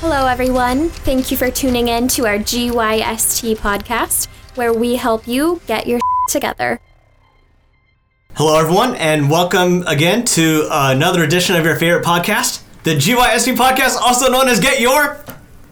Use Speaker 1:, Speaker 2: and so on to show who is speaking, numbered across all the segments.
Speaker 1: Hello, everyone. Thank you for tuning in to our GYST podcast, where we help you get your together.
Speaker 2: Hello, everyone, and welcome again to uh, another edition of your favorite podcast, the GYSP podcast, also known as Get Your.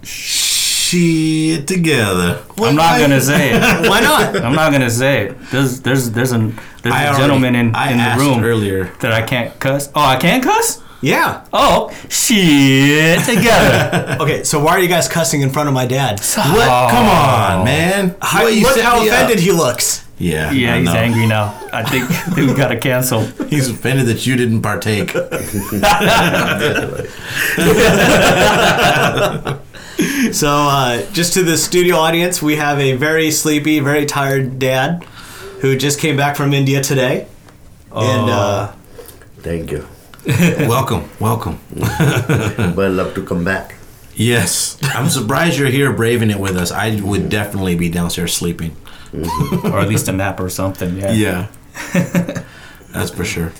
Speaker 3: She together.
Speaker 4: I'm not gonna say it.
Speaker 2: Why not?
Speaker 4: I'm not gonna say it. There's there's there's an there's
Speaker 3: I
Speaker 4: a
Speaker 3: already-
Speaker 4: gentleman in,
Speaker 3: I
Speaker 4: in the
Speaker 3: asked
Speaker 4: room
Speaker 3: earlier.
Speaker 4: that I can't cuss. Oh, I can cuss.
Speaker 2: yeah.
Speaker 4: Oh, shit together.
Speaker 2: Okay, so why are you guys cussing in front of my dad?
Speaker 3: What? Come
Speaker 4: Oh.
Speaker 3: on, man.
Speaker 2: How,
Speaker 3: What, you
Speaker 2: look
Speaker 3: set
Speaker 2: how
Speaker 3: me up.
Speaker 2: offended he looks.
Speaker 3: Yeah.
Speaker 4: yeah,
Speaker 3: I
Speaker 4: he's
Speaker 3: know.
Speaker 4: angry now. I think I think we gotta cancel.
Speaker 3: He's offended that you didn't partake.
Speaker 2: So, uh, just to the studio audience, we have a very sleepy, very tired dad who just came back from India today.
Speaker 4: Oh.
Speaker 2: And uh,
Speaker 5: Thank you.
Speaker 3: welcome, welcome.
Speaker 5: But I love to come back.
Speaker 3: Yes, I'm surprised you're here braving it with us. I would definitely be downstairs sleeping.
Speaker 4: or at least a nap or something. Yeah.
Speaker 3: Yeah, that's for sure.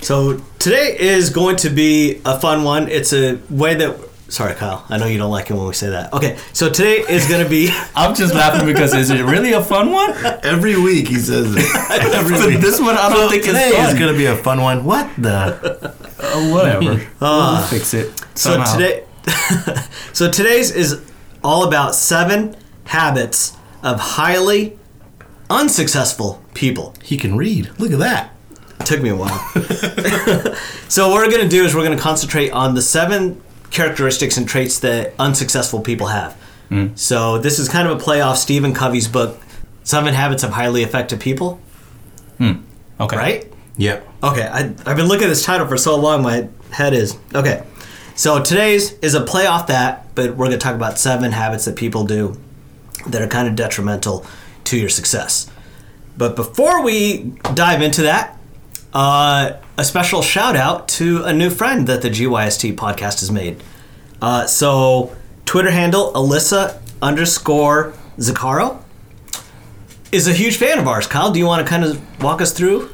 Speaker 2: so, today is going to be a fun one. It's a way that. Sorry, Kyle. I know you don't like it when we say that. Okay, so today is going to be.
Speaker 4: I'm just laughing because is it really a fun one?
Speaker 3: Every week he says it. Every week.
Speaker 4: this one I don't think is
Speaker 3: Today is
Speaker 4: fun.
Speaker 3: gonna be a fun one. What the?
Speaker 4: Oh, whatever. we'll fix it.
Speaker 2: So
Speaker 4: somehow.
Speaker 2: today, so today's is all about seven habits of highly unsuccessful people.
Speaker 3: He can read. Look at that.
Speaker 2: took me a while. so what we're gonna do is we're gonna concentrate on the seven characteristics and traits that unsuccessful people have. So this is kind of a play off Stephen Covey's book, Seven Habits of Highly Effective People,
Speaker 4: okay.
Speaker 2: right?
Speaker 3: Yep.
Speaker 2: Okay, I, I've been looking at this title for so long, my head is. Okay, so today's is a play off that, but we're going to talk about seven habits that people do that are kind of detrimental to your success. But before we dive into that, uh, a special shout out to a new friend that the GYST podcast has made. Uh, so, Twitter handle Alyssa underscore Zaccaro is a huge fan of ours. Kyle, do you want to kind of walk us through?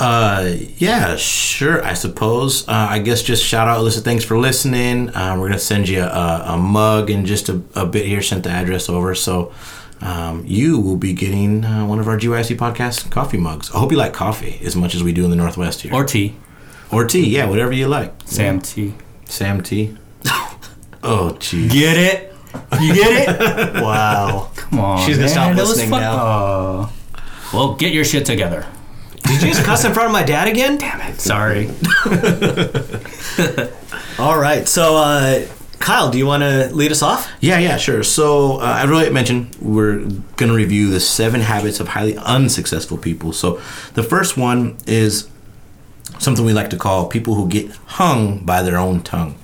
Speaker 3: Uh, yeah, sure. I suppose. Uh, I guess just shout out, Alyssa. Thanks for listening. Um, we're gonna send you a, a mug in just a, a bit here. Sent the address over, so um, you will be getting uh, one of our GYC podcast coffee mugs. I hope you like coffee as much as we do in the Northwest here,
Speaker 4: Or tea.
Speaker 3: or tea. Yeah, whatever you like.
Speaker 4: Sam tea.
Speaker 3: Sam tea. oh, gee.
Speaker 4: Get it? You get it?
Speaker 2: Wow.
Speaker 4: Come on.
Speaker 2: She's gonna stop
Speaker 4: man, that was
Speaker 2: listening
Speaker 4: fun-
Speaker 2: now.
Speaker 4: Aw. well, get your shit together.
Speaker 2: Did you just cuss in front of my dad again? Damn it.
Speaker 4: Sorry.
Speaker 2: All right. So, uh, Kyle, do you want to lead us off?
Speaker 3: Yeah, yeah, sure. So uh, I really mentioned we're gonna review the seven habits of highly unsuccessful people. So the first one is something we like to call people who get hung by their own tongue.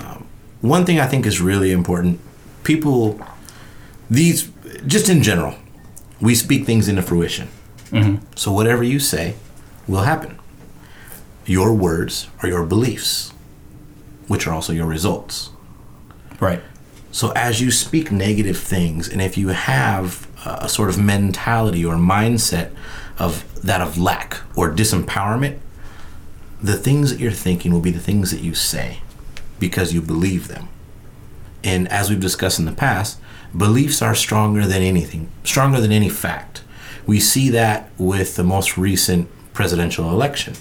Speaker 3: Um, one thing I think is really important people, these, just in general, we speak things into fruition. So whatever you say will happen. Your words are your beliefs, which are also your results.
Speaker 4: Right.
Speaker 3: So as you speak negative things, and if you have a a sort of mentality or mindset of that of lack or disempowerment, the things that you're thinking will be the things that you say because you believe them. And as we've discussed in the past, beliefs are stronger than anything, stronger than any fact. We see that with the most recent presidential election.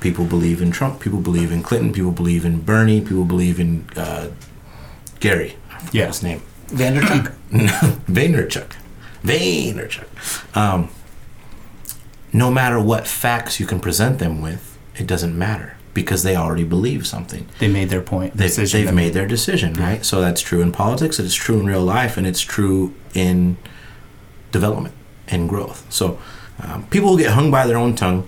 Speaker 3: People believe in Trump, people believe in Clinton, people believe in Bernie, people believe in uh, Gary. I forgot
Speaker 4: Yeah.
Speaker 3: his name.
Speaker 2: Vanderchuck.
Speaker 3: Vaynerchuk. Vaynerchuk. Um, no matter what facts you can present them with, it doesn't matter because they already believe something.
Speaker 4: They made their point.
Speaker 3: They've,
Speaker 4: Decision
Speaker 3: they've
Speaker 4: that-
Speaker 3: made their decision, right? So that's true in politics, it's true in real life, and it's true in development and growth. So um, people who get hung by their own tongue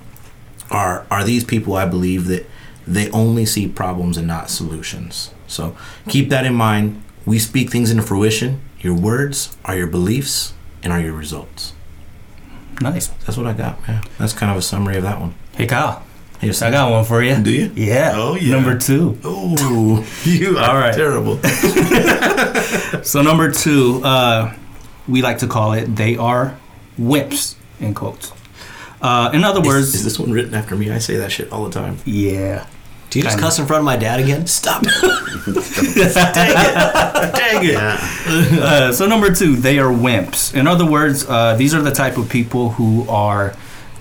Speaker 3: are are these people I believe that they only see problems and not solutions. So keep that in mind. We speak things into fruition. Your words are your beliefs and are your results.
Speaker 4: Nice.
Speaker 3: That's what I got. Yeah, that's kind of a summary of that one.
Speaker 4: Hey, Kyle.
Speaker 3: Here's
Speaker 4: I got one for you.
Speaker 3: Do you?
Speaker 4: Yeah.
Speaker 3: Oh, yeah.
Speaker 4: Number two.
Speaker 3: Oh, you are
Speaker 4: All right.
Speaker 3: terrible.
Speaker 4: So number two, uh, we like to call it they are whips in quotes. Uh, in other words,
Speaker 3: Is, is this one written after me? I say that shit all the time.
Speaker 4: yeah.
Speaker 2: Do you just
Speaker 4: Kinda.
Speaker 2: cuss in front of my dad again? Stop. Dang it.
Speaker 4: Uh, so number two, they are wimps. In other words, uh, these are the type of people who are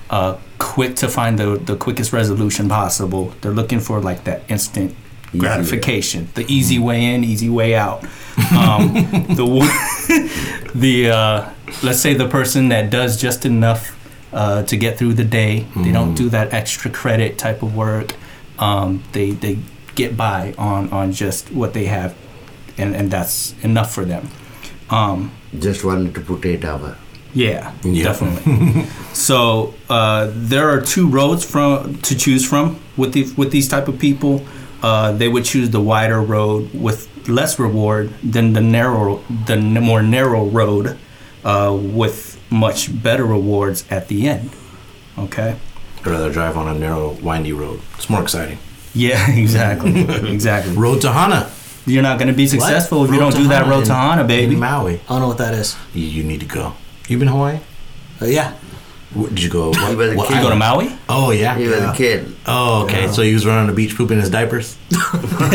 Speaker 4: uh, quick to find the, the quickest resolution possible. They're looking for like that instant gratification, the easy way in, easy way out. Um, the one- the uh, let's say the person that does just enough uh, to get through the day. They don't do that extra credit type of work. Um, they they get by on on just what they have, and and that's enough for them. Um,
Speaker 5: Just wanted to put eight hour.
Speaker 4: yeah,
Speaker 3: Yeah.
Speaker 4: definitely. so uh, there are two roads from to choose from with the, with these type of people. Uh, they would choose the wider road with less reward than the narrow, the n- more narrow road uh, with much better rewards at the end. Okay.
Speaker 3: I'd rather drive on a narrow, windy road. It's more exciting.
Speaker 4: Yeah, exactly, exactly.
Speaker 3: Road to Hana.
Speaker 4: You're not going to be successful if you
Speaker 2: Road
Speaker 4: don't
Speaker 2: to
Speaker 4: do that
Speaker 2: Hana
Speaker 4: road to
Speaker 2: in-
Speaker 4: Hana,
Speaker 3: In
Speaker 4: baby.
Speaker 3: Maui.
Speaker 2: I don't know what that is.
Speaker 3: You, you need to go. You been to Hawaii?
Speaker 2: Uh, yeah.
Speaker 3: Wh- Did you go? What,
Speaker 5: He was a
Speaker 3: what
Speaker 5: kid.
Speaker 4: You go to
Speaker 3: island?
Speaker 4: Maui?
Speaker 3: Oh yeah.
Speaker 5: He was
Speaker 3: yeah.
Speaker 5: a kid.
Speaker 3: Oh okay. So he was running on the beach pooping his diapers.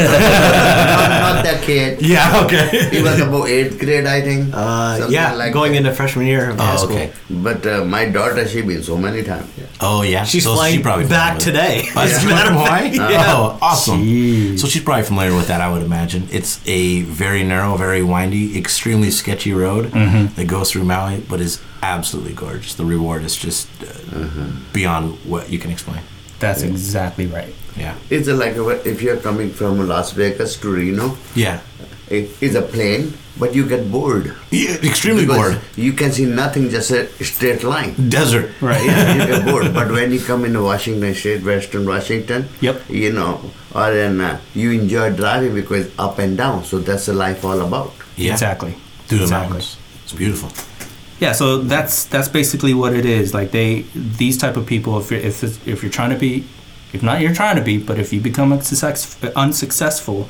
Speaker 5: not, not that kid.
Speaker 3: yeah. Okay.
Speaker 5: He was about eighth grade, I think.
Speaker 2: Uh,
Speaker 5: Something
Speaker 2: yeah.
Speaker 5: like
Speaker 2: going
Speaker 5: that.
Speaker 2: into freshman year of high
Speaker 3: Oh,
Speaker 2: school.
Speaker 3: okay.
Speaker 5: But uh, my daughter, she been so many times.
Speaker 3: Oh yeah.
Speaker 2: She's
Speaker 3: So
Speaker 2: flying
Speaker 3: she probably
Speaker 2: back
Speaker 3: familiar with-
Speaker 2: today.
Speaker 3: Oh, she's from Hawaii?
Speaker 2: Yeah.
Speaker 3: Oh, awesome. So she's probably familiar with that, I would imagine. It's a very narrow, very windy, extremely sketchy road that goes through Maui, but is absolutely gorgeous. The reward is just uh, beyond what you can explain.
Speaker 4: That's exactly right.
Speaker 3: Yeah.
Speaker 5: It's like if you're coming from Las Vegas to Reno,
Speaker 3: Yeah.
Speaker 5: it- it's a plane, but you get bored.
Speaker 3: Yeah, extremely
Speaker 5: Because
Speaker 3: bored.
Speaker 5: You can see nothing, just a straight line.
Speaker 3: Desert.
Speaker 4: Right.
Speaker 5: Yeah, you get bored. But when you come into Washington State, Western Washington,
Speaker 4: Yep.
Speaker 5: you know, or in, uh, you enjoy driving because up and down. So that's the life all about.
Speaker 3: Yeah.
Speaker 4: Exactly.
Speaker 3: Through the
Speaker 4: Exactly.
Speaker 3: mountains. It's beautiful.
Speaker 4: Yeah, so that's that's basically what it is. Like they, these type of people, if you're, if it's, if you're trying to be, if not you're trying to be, but if you become unsuccess, unsuccessful,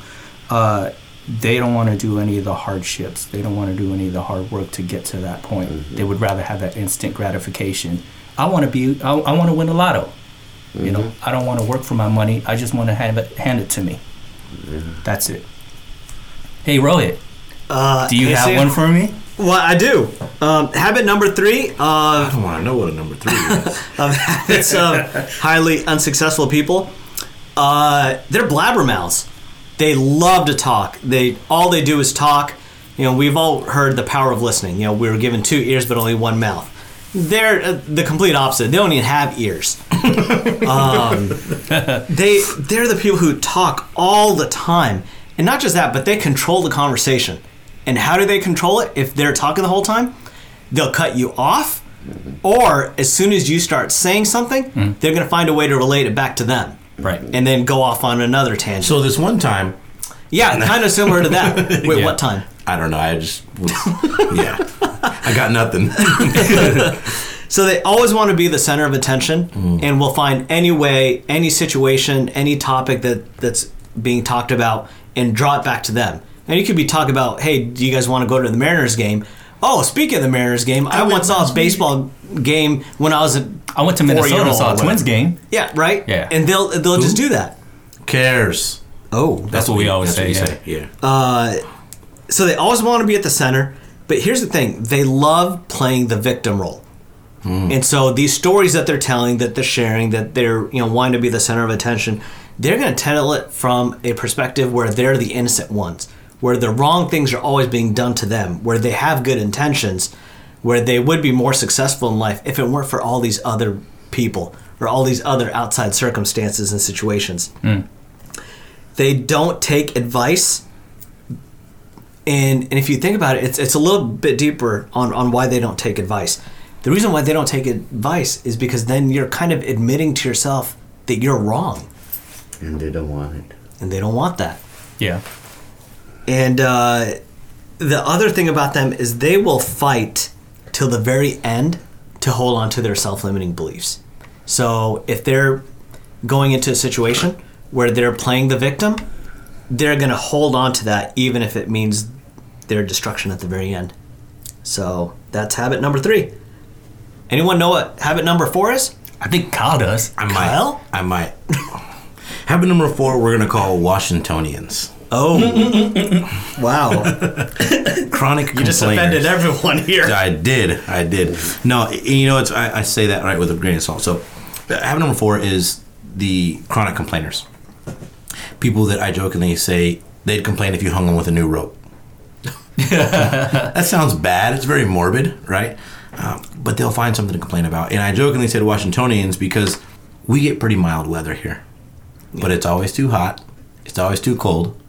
Speaker 4: uh, they don't want to do any of the hardships. They don't want to do any of the hard work to get to that point. They would rather have that instant gratification. I want to be. I, I want to win the lotto. You know, I don't want to work for my money. I just want to have it hand it to me. That's it. Hey Rohit,
Speaker 2: Uh,
Speaker 4: do you
Speaker 2: hey,
Speaker 4: have
Speaker 2: Sam.
Speaker 4: one for me?
Speaker 2: Well, I do. Um, habit number three
Speaker 3: I
Speaker 2: of,
Speaker 3: don't want to know what a number three is.
Speaker 2: of habits of highly unsuccessful people. Uh, they're blabbermouths. They love to talk. They all they do is talk. You know, we've all heard the power of listening. You know, we were given two ears but only one mouth. They're uh, the complete opposite. They don't even have ears. Um, they they're the people who talk all the time and not just that but they control the conversation and how do they control it if they're talking the whole time they'll cut you off or as soon as you start saying something they're going to find a way to relate it back to them
Speaker 4: Right.
Speaker 2: and then go off on another tangent
Speaker 3: so this one time,
Speaker 2: yeah kind of similar to that wait
Speaker 4: Yeah.
Speaker 2: what time
Speaker 3: I don't know. I just was, yeah. I got nothing.
Speaker 2: so they always want to be the center of attention
Speaker 4: Mm.
Speaker 2: and will find any way any situation any topic that that's being talked about and draw it back to them and you could be talking about hey do you guys want to go to the mariners game oh speaking of the mariners game i,
Speaker 3: went
Speaker 2: once saw a
Speaker 3: last week.
Speaker 2: baseball game when i was a
Speaker 4: I went to Minnesota and
Speaker 2: Four-year-old
Speaker 4: saw
Speaker 2: or
Speaker 4: a
Speaker 2: whatever.
Speaker 4: Twins game.
Speaker 2: yeah right
Speaker 4: Yeah.
Speaker 2: and they'll they'll just do that
Speaker 3: Cares.
Speaker 2: oh
Speaker 4: That's what we always
Speaker 3: That's what
Speaker 4: say.
Speaker 3: you
Speaker 4: yeah.
Speaker 3: say. Yeah.
Speaker 2: so they always want to be at the center but here's the thing they love playing the victim role and so these stories that they're telling that they're sharing that they're you know wanting to be the center of attention they're going to tell it from a perspective where they're the innocent ones where the wrong things are always being done to them where they have good intentions where they would be more successful in life if it weren't for all these other people or all these other outside circumstances and situations they don't take advice and and if you think about it, it's it's a little bit deeper on on why they don't take advice. The reason why they don't take advice is because then you're kind of admitting to yourself that you're wrong,
Speaker 5: And they don't want it.
Speaker 2: and they don't want that.
Speaker 4: Yeah.
Speaker 2: And uh, the other thing about them is they will fight till the very end to hold on to their self limiting beliefs. So if they're going into a situation where they're playing the victim, they're going to hold on to that even if it means their destruction at the very end. So that's habit number three. Anyone know what habit number four is?
Speaker 4: I think Kyle does.
Speaker 3: I might.
Speaker 2: Kyle?
Speaker 3: I might. Habit number four, we're gonna call Washingtonians.
Speaker 2: Oh, wow!
Speaker 3: Chronic
Speaker 2: You just offended everyone here.
Speaker 3: I did. I did. No, you know, it's I, I say that right with a grain of salt. So, uh, habit number four is the chronic complainers. People that I jokingly say they'd complain if you hung them with a new rope. that sounds bad. It's very morbid, right? Um, but they'll find something to complain about. And I jokingly said Washingtonians because we get pretty mild weather here, but it's always too hot. It's always too cold.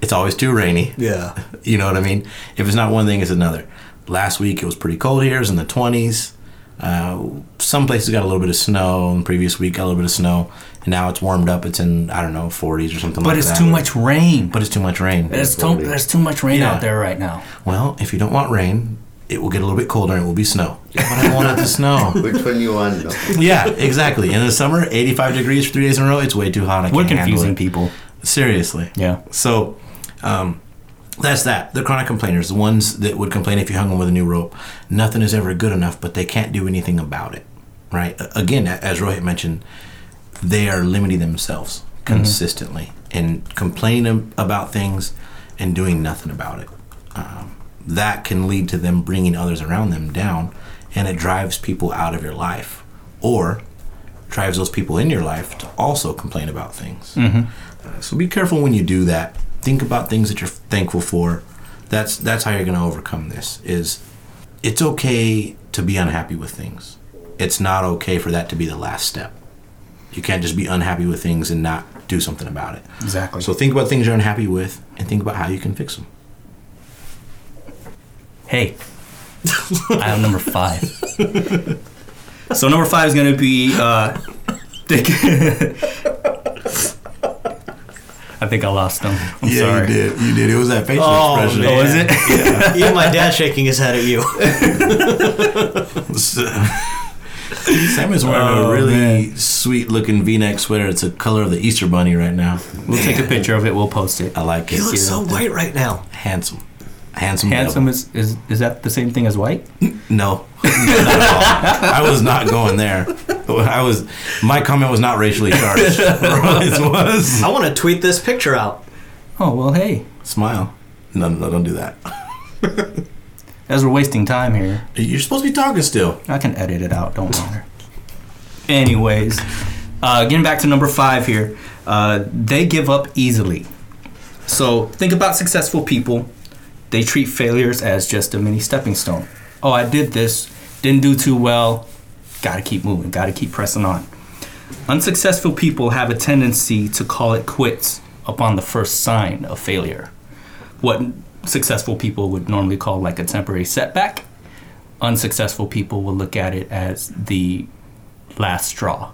Speaker 3: It's always too rainy.
Speaker 2: Yeah.
Speaker 3: You know what I mean? If it's not one thing, it's another. Last week it was pretty cold here. It was in the 20s. Uh, some places got a little bit of snow. And previous week got a little bit of snow. And now it's warmed up. It's in I don't know 40s or something.
Speaker 4: But
Speaker 3: like
Speaker 4: it's
Speaker 3: that.
Speaker 4: too much rain.
Speaker 3: But it's too much rain.
Speaker 4: There's too, there's too much rain
Speaker 3: Yeah.
Speaker 4: out there right now.
Speaker 3: well, if you don't want rain, it will get a little bit colder and it will be snow. But I don't want it to snow.
Speaker 5: Which one you want? now?
Speaker 3: Yeah, exactly. In the summer, 85 degrees for three days in a row. It's way too hot. I
Speaker 4: We're
Speaker 3: can't handle
Speaker 4: confusing
Speaker 3: it.
Speaker 4: people.
Speaker 3: Seriously.
Speaker 4: Yeah.
Speaker 3: So, um, that's that. The chronic complainers, the ones that would complain if you hung them with a new rope. Nothing is ever good enough, but they can't do anything about it. Right. A- Again, a- as Rohit mentioned, they are limiting themselves consistently and complaining about things and doing nothing about it. Um, that can lead to them bringing others around them down, and it drives people out of your life, or drives those people in your life to also complain about things. Uh, so be careful when you do that. Think about things that you're thankful for. That's that's how you're going to overcome this. Is it's okay to be unhappy with things. It's not okay for that to be the last step. You can't just be unhappy with things and not do something about it.
Speaker 4: Exactly.
Speaker 3: So think about things you're unhappy with and think about how you can fix them.
Speaker 4: Hey, I have number five. so number five is gonna be. Uh, think- I think I lost them. I'm sorry.
Speaker 3: did. You did. It was that facial
Speaker 2: Oh, expression.
Speaker 4: Oh,
Speaker 2: man.
Speaker 4: is it?
Speaker 2: Even my dad shaking his head at you.
Speaker 3: Sam uh, is wearing
Speaker 2: Oh,
Speaker 3: a really sweet looking V neck sweater. It's the color of the Easter bunny right now.
Speaker 4: We'll take a picture of it. We'll post it.
Speaker 3: I like it.
Speaker 2: He looks so white right now.
Speaker 3: handsome. Handsome.
Speaker 4: Handsome
Speaker 3: devil.
Speaker 4: is, is is that the same thing as white?
Speaker 3: No. Not at all. I was not going there. I was my comment was not racially charged. It was.
Speaker 2: I want to tweet this picture out.
Speaker 4: Oh well, hey,
Speaker 3: Smile. No, no, don't do that.
Speaker 4: as we're wasting time here,
Speaker 3: You're supposed to be talking still.
Speaker 4: I can edit it out. Don't bother. Anyways, uh, getting back to number five here, uh, they give up easily. So think about successful people. They treat failures as just a mini stepping stone. Oh, I did this, didn't do too well. Gotta keep moving. Gotta keep pressing on. Unsuccessful people have a tendency to call it quits upon the first sign of failure. What successful people would normally call like a temporary setback, unsuccessful people will look at it as the last straw.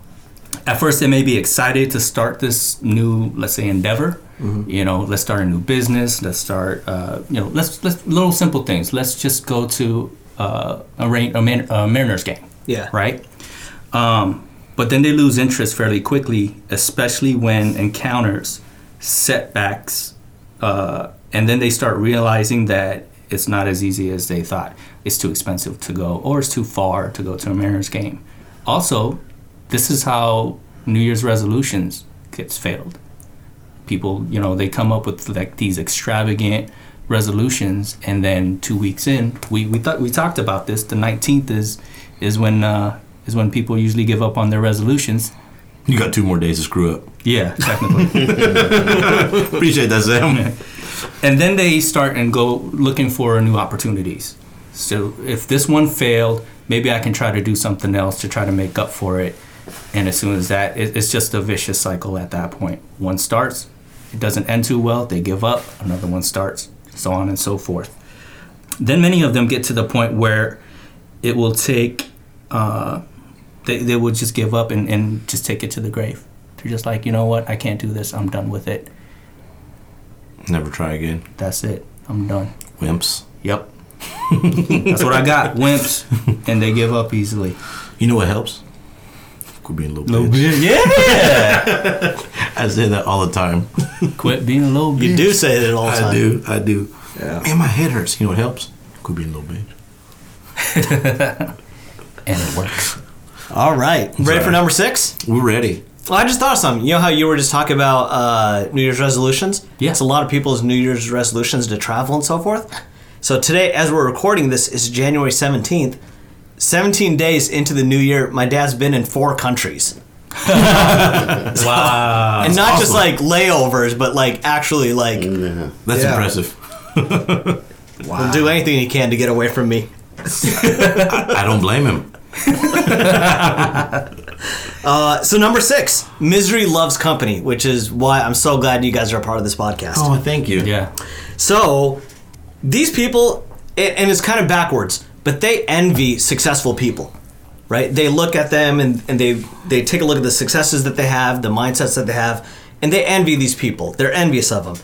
Speaker 4: At first, they may be excited to start this new, let's say, endeavor. You know, let's start a new business. Let's start, uh, you know, let's let's little simple things. Let's just go to uh, a, rain, a, man, a Mariners game.
Speaker 2: Yeah.
Speaker 4: Right. Um, but then they lose interest fairly quickly, especially when encounters setbacks, uh, and then they start realizing that it's not as easy as they thought. It's too expensive to go, or it's too far to go to a Mariners game. Also, this is how New Year's resolutions gets failed. People, you know, they come up with like these extravagant resolutions, and then two weeks in, we we thought we talked about this. The nineteenth is is when uh, is when people usually give up on their resolutions.
Speaker 3: You got two more days to screw up.
Speaker 4: Yeah, technically.
Speaker 3: Appreciate that, Sam.
Speaker 4: and then they start and go looking for new opportunities. So if this one failed, maybe I can try to do something else to try to make up for it. And as soon as that, it, it's just a vicious cycle at that point. One starts, it doesn't end too well, they give up, another one starts, so on and so forth. Then many of them get to the point where it will take, uh, they, they will just give up and, and just take it to the grave. They're just like, you know what, I can't do this, I'm done with it.
Speaker 3: Never try again.
Speaker 4: That's it, I'm done.
Speaker 3: Wimps.
Speaker 4: Yep. That's what I got. Wimps, and they give up easily.
Speaker 3: You know what helps? Quit being a little, bitch.
Speaker 4: Yeah.
Speaker 3: I say that all the time.
Speaker 4: Quit being a little bitch.
Speaker 2: You do say that all the time.
Speaker 3: I do. I do. Man, my head hurts. You know what helps? Quit being a little bitch.
Speaker 4: And it works.
Speaker 2: All right. Ready
Speaker 3: Sorry.
Speaker 2: for number six?
Speaker 3: We're ready.
Speaker 2: Well, I just thought of something. You know how you were just talking about uh, New Year's resolutions?
Speaker 4: Yeah.
Speaker 2: It's a lot of people's New Year's resolutions to travel and so forth. So today, as we're recording this, is January 17th. 17 days into the new year, my dad's been in four countries.
Speaker 4: Wow.
Speaker 2: and not just like layovers, but like actually like
Speaker 5: Yeah.
Speaker 3: That's
Speaker 2: Yeah.
Speaker 3: impressive.
Speaker 2: will do anything he can to get away from me.
Speaker 3: I don't blame him.
Speaker 2: Uh, so number six, misery loves company, which is why I'm so glad you guys are a part of this podcast.
Speaker 3: Oh, thank you.
Speaker 4: yeah.
Speaker 2: So these people, a- and it's kind of backwards, but they envy successful people, right? They look at them and, and they they take a look at the successes that they have, the mindsets that they have, and they envy these people. They're envious of them.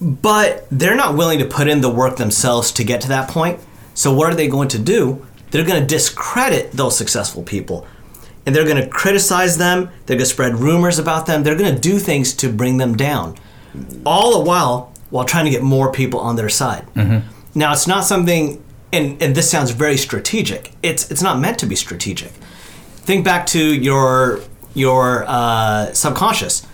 Speaker 2: But they're not willing to put in the work themselves to get to that point. So what are they going to do? They're going to discredit those successful people. And they're going to criticize them, they're going to spread rumors about them, they're going to do things to bring them down all the while while trying to get more people on their side. Now it's not something, and and this sounds very strategic. It's it's not meant to be strategic. Think back to your your uh, subconscious.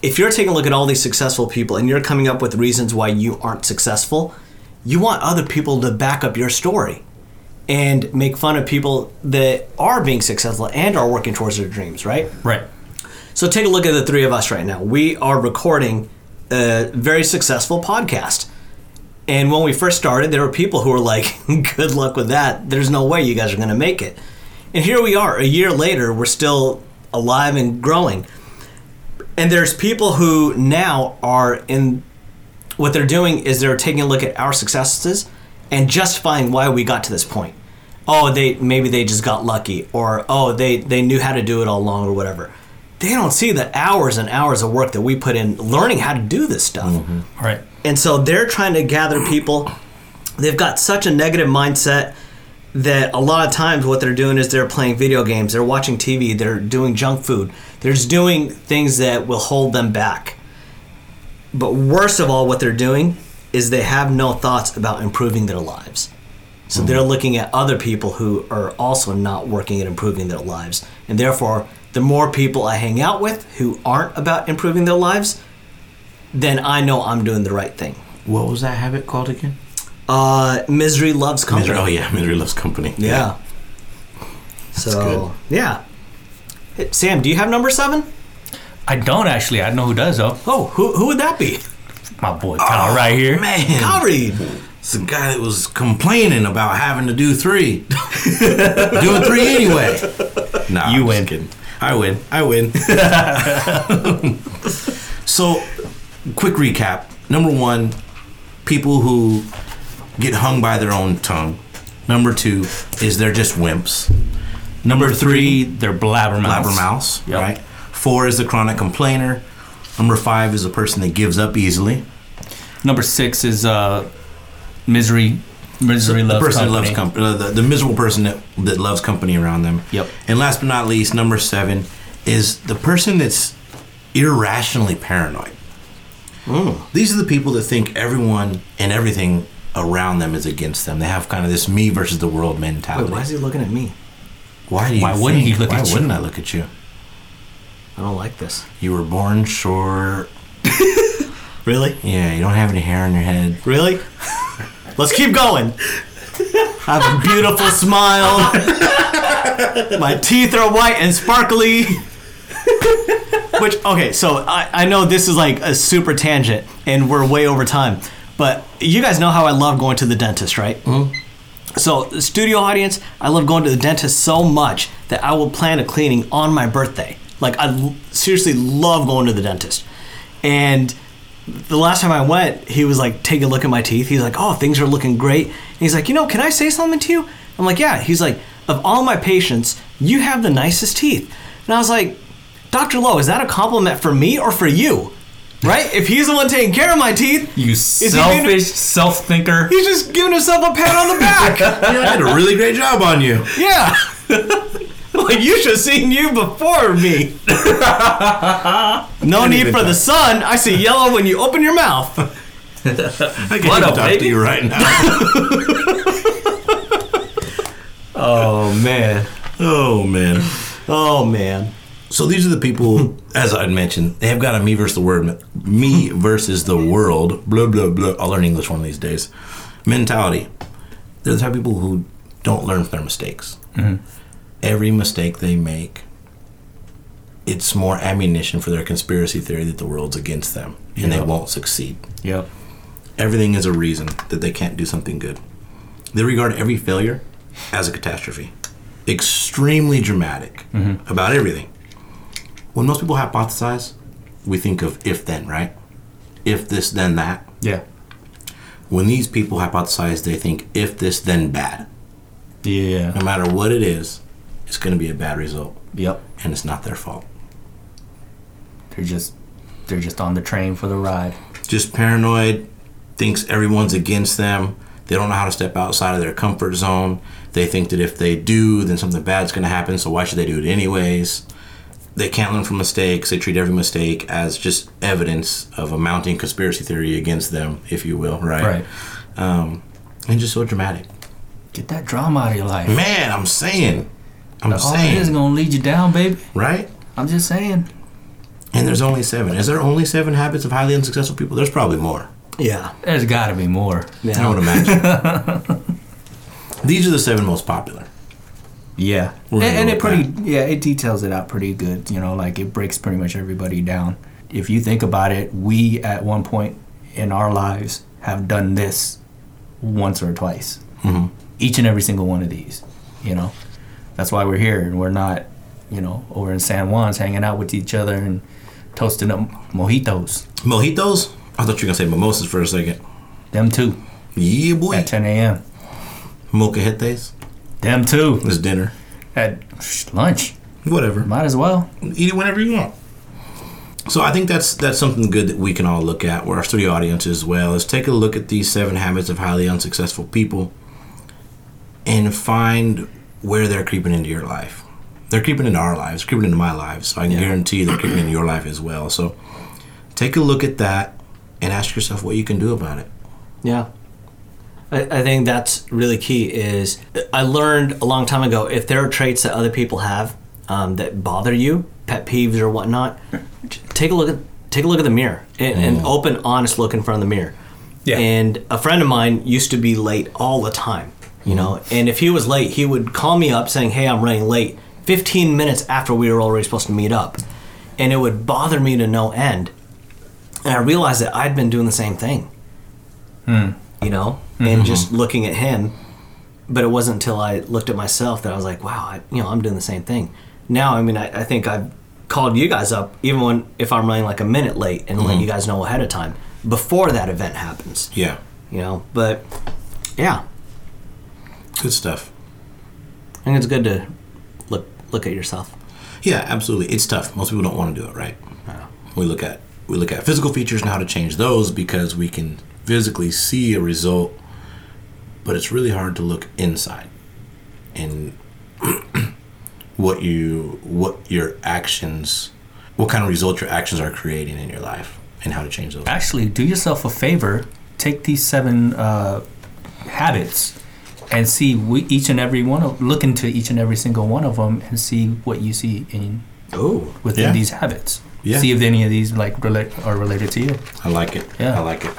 Speaker 2: If you're taking a look at all these successful people and you're coming up with reasons why you aren't successful, you want other people to back up your story and make fun of people that are being successful and are working towards their dreams, right?
Speaker 4: Right.
Speaker 2: So take a look at the three of us right now. We are recording a very successful podcast. And when we first started, there were people who were like, good luck with that. There's no way you guys are going to make it. And here we are, a year later, we're still alive and growing. And there's people who now are in what they're doing is they're taking a look at our successes and justifying why we got to this point. Oh, they maybe they just got lucky, or oh, they they knew how to do it all along, or whatever. They don't see the hours and hours of work that we put in learning how to do this stuff.
Speaker 4: All right.
Speaker 2: And so they're trying to gather people. They've got such a negative mindset that a lot of times what they're doing is they're playing video games, they're watching TV, they're doing junk food, they're just doing things that will hold them back. But worst of all, what they're doing is they have no thoughts about improving their lives. So they're looking at other people who are also not working at improving their lives. And therefore, the more people I hang out with who aren't about improving their lives, then I know I'm doing the right thing.
Speaker 3: What was that habit called again?
Speaker 2: Uh, misery loves company.
Speaker 3: Misery. Oh yeah, misery loves company.
Speaker 2: Yeah. So yeah. Hey, Sam, do you have number seven?
Speaker 4: I don't actually. I know who does though.
Speaker 2: Oh, who who would that be?
Speaker 4: My boy Kyle right here.
Speaker 3: Man,
Speaker 2: Kyrie.
Speaker 3: it's the guy that was complaining about having to do three, doing three anyway. Nah,
Speaker 4: You
Speaker 3: I'm just
Speaker 4: win.
Speaker 3: kidding. I win. I win. so, quick recap. Number one, people who get hung by their own tongue. Number two is they're just wimps.
Speaker 4: Number three, they're blabbermouth.
Speaker 3: blabbermouth,
Speaker 4: Yep.
Speaker 3: right? Four is the chronic complainer. Number five is the person that gives up easily.
Speaker 4: Number six is uh, misery. Misery
Speaker 3: the
Speaker 4: loves
Speaker 3: person
Speaker 4: company.
Speaker 3: that loves company, uh, the, the miserable person that, that loves company around them.
Speaker 4: Yep.
Speaker 3: And last but not least, number seven is the person that's irrationally paranoid.
Speaker 4: Hmm.
Speaker 3: These are the people that think everyone and everything around them is against them. They have kind of this me versus the world mentality.
Speaker 2: Why is he looking at me?
Speaker 3: Why do you
Speaker 4: Why wouldn't
Speaker 3: think-
Speaker 4: he look
Speaker 3: why
Speaker 4: at you?
Speaker 3: wouldn't I look at you?
Speaker 2: I don't like this.
Speaker 3: You were born short.
Speaker 2: Really?
Speaker 3: Yeah, you don't have any hair on your head.
Speaker 2: Really? Let's keep going. I have a beautiful smile. My teeth are white and sparkly. Which, okay, so I, I know this is like a super tangent and we're way over time, but you guys know how I love going to the dentist, right? So, studio audience, I love going to the dentist so much that I will plan a cleaning on my birthday. Like, I l- seriously love going to the dentist. And the last time I went, he was like, take a look at my teeth. He's like, oh, things are looking great. And he's like, you know, can I say something to you? I'm like, yeah. He's like, of all my patients, you have the nicest teeth. And I was like, Dr. Lowe, is that a compliment for me or for you? Right? If he's the one taking care of my teeth,
Speaker 4: You
Speaker 2: he
Speaker 4: selfish
Speaker 2: gonna-
Speaker 4: self thinker.
Speaker 2: he's just giving himself a pat on the back.
Speaker 3: You know, I did a really great job on you.
Speaker 2: Yeah. like you should have seen you before me. no need
Speaker 3: even
Speaker 2: for the
Speaker 3: talk.
Speaker 2: sun. I see yellow when you open your mouth.
Speaker 3: I can't even
Speaker 4: What a
Speaker 3: talk
Speaker 4: baby.
Speaker 3: to you right now.
Speaker 2: Oh man.
Speaker 3: oh man.
Speaker 2: Oh man.
Speaker 3: So these are the people, as I mentioned, they have got a me versus the word, me versus the world, blah, blah, blah. I'll learn English one of these days. Mentality. They're the type of people who don't learn from their mistakes. Every mistake they make, it's more ammunition for their conspiracy theory that the world's against them and
Speaker 4: Yeah.
Speaker 3: they won't succeed.
Speaker 4: Yep.
Speaker 3: Everything is a reason that they can't do something good. They regard every failure as a catastrophe. Extremely dramatic about everything. When most people hypothesize, we think of if then, right? If this, then that.
Speaker 4: Yeah.
Speaker 3: When these people hypothesize, they think if this, then bad.
Speaker 4: Yeah.
Speaker 3: No matter what it is, it's going to be a bad result,
Speaker 4: Yep.
Speaker 3: and it's not their fault.
Speaker 4: They're just they're just on the train for the ride.
Speaker 3: just paranoid, thinks everyone's against them. They don't know how to step outside of their comfort zone. They think that if they do, then something bad's going to happen, so why should they do it anyways? They can't learn from mistakes. They treat every mistake as just evidence of a mounting conspiracy theory against them, if you will, right?
Speaker 4: Right.
Speaker 3: Um, and just so dramatic.
Speaker 4: Get that drama out of your life.
Speaker 3: Man, I'm saying. I'm
Speaker 4: All that is
Speaker 3: saying.
Speaker 4: gonna lead you down, baby.
Speaker 3: right?
Speaker 4: I'm just saying.
Speaker 3: And there's only seven. Is there only seven habits of highly unsuccessful people? There's probably more.
Speaker 2: Yeah.
Speaker 4: There's gotta be more.
Speaker 3: I would imagine. These are the seven most popular.
Speaker 4: Yeah.
Speaker 3: We're gonna
Speaker 4: And, and
Speaker 3: go
Speaker 4: it
Speaker 3: with
Speaker 4: pretty yeah, it details it out pretty good, you know, like it breaks pretty much everybody down. If you think about it, we at one point in our lives have done this once or twice. Each and every single one of these, you know. That's why we're here and we're not, you know, over in San Juan's hanging out with each other and toasting up mojitos.
Speaker 3: Mojitos? I thought you were gonna say mimosas for a second.
Speaker 4: Them too.
Speaker 3: Yeah, boy.
Speaker 4: At 10 a.m.
Speaker 3: Mocajetes.
Speaker 4: Them too.
Speaker 3: It's dinner.
Speaker 4: At lunch.
Speaker 3: Whatever.
Speaker 4: Might as well.
Speaker 3: Eat it whenever you want. So I think that's that's something good that we can all look at, where our studio audience as well is take a look at these seven habits of highly unsuccessful people, and find where they're creeping into your life. They're creeping into our lives, creeping into my lives. So I can guarantee they're creeping into your life as well. So take a look at that and ask yourself what you can do about it.
Speaker 2: Yeah. I, I think that's really key is I learned a long time ago if there are traits that other people have um, that bother you, pet peeves or whatnot, j- take a look at take a look at the mirror and, an open, honest look in front of the mirror.
Speaker 4: Yeah.
Speaker 2: And a friend of mine used to be late all the time, you know. And if he was late, he would call me up saying, "Hey, I'm running late." 15 minutes after we were already supposed to meet up, and it would bother me to no end. And I realized that I'd been doing the same thing you know, and just looking at him. But it wasn't until I looked at myself that I was like, wow, I, you know, I'm doing the same thing. Now, I mean, I, I think I've called you guys up even when if I'm running like a minute late and let you guys know ahead of time before that event happens,
Speaker 3: Yeah.
Speaker 2: you know. But yeah,
Speaker 3: Good stuff.
Speaker 2: I think it's good to look look at yourself.
Speaker 3: Yeah, absolutely. It's tough. Most people don't want to do it, right? We look at we look at physical features and how to change those because we can physically see a result, but it's really hard to look inside and what you what your actions what kind of result your actions are creating in your life and how to change those.
Speaker 4: actually do yourself a favor take these seven uh, habits and see we, each and every one of look into each and every single one of them and see what you see in
Speaker 2: Oh,
Speaker 4: within
Speaker 3: Yeah.
Speaker 4: these habits
Speaker 3: Yeah.
Speaker 4: see if any of these like relate are related to you
Speaker 3: I like it.
Speaker 4: Yeah.
Speaker 3: I like it.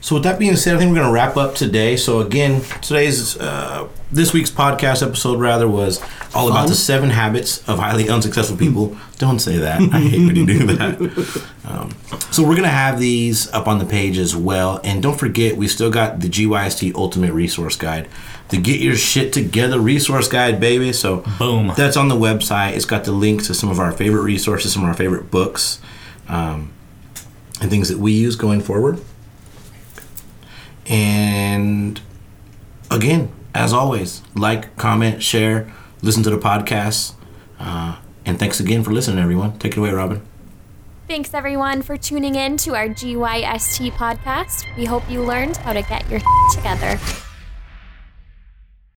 Speaker 3: So with that being said, I think we're going to wrap up today. So again, today's uh, this week's podcast episode rather was all about the seven habits of highly unsuccessful people. Don't say that. I hate when you do that. Um, so we're going to have these up on the page as well. And don't forget, we still got the GYST Ultimate Resource Guide, the Get Your Shit Together Resource Guide, baby. So
Speaker 4: Boom.
Speaker 3: that's on the website. It's got the links to some of our favorite resources, some of our favorite books and things that we use going forward. And again, as always, like, comment, share, listen to the podcast. Uh, and thanks again for listening, everyone. Take it away, Robin.
Speaker 1: Thanks everyone for tuning in to our GYST podcast. We hope you learned how to get your together.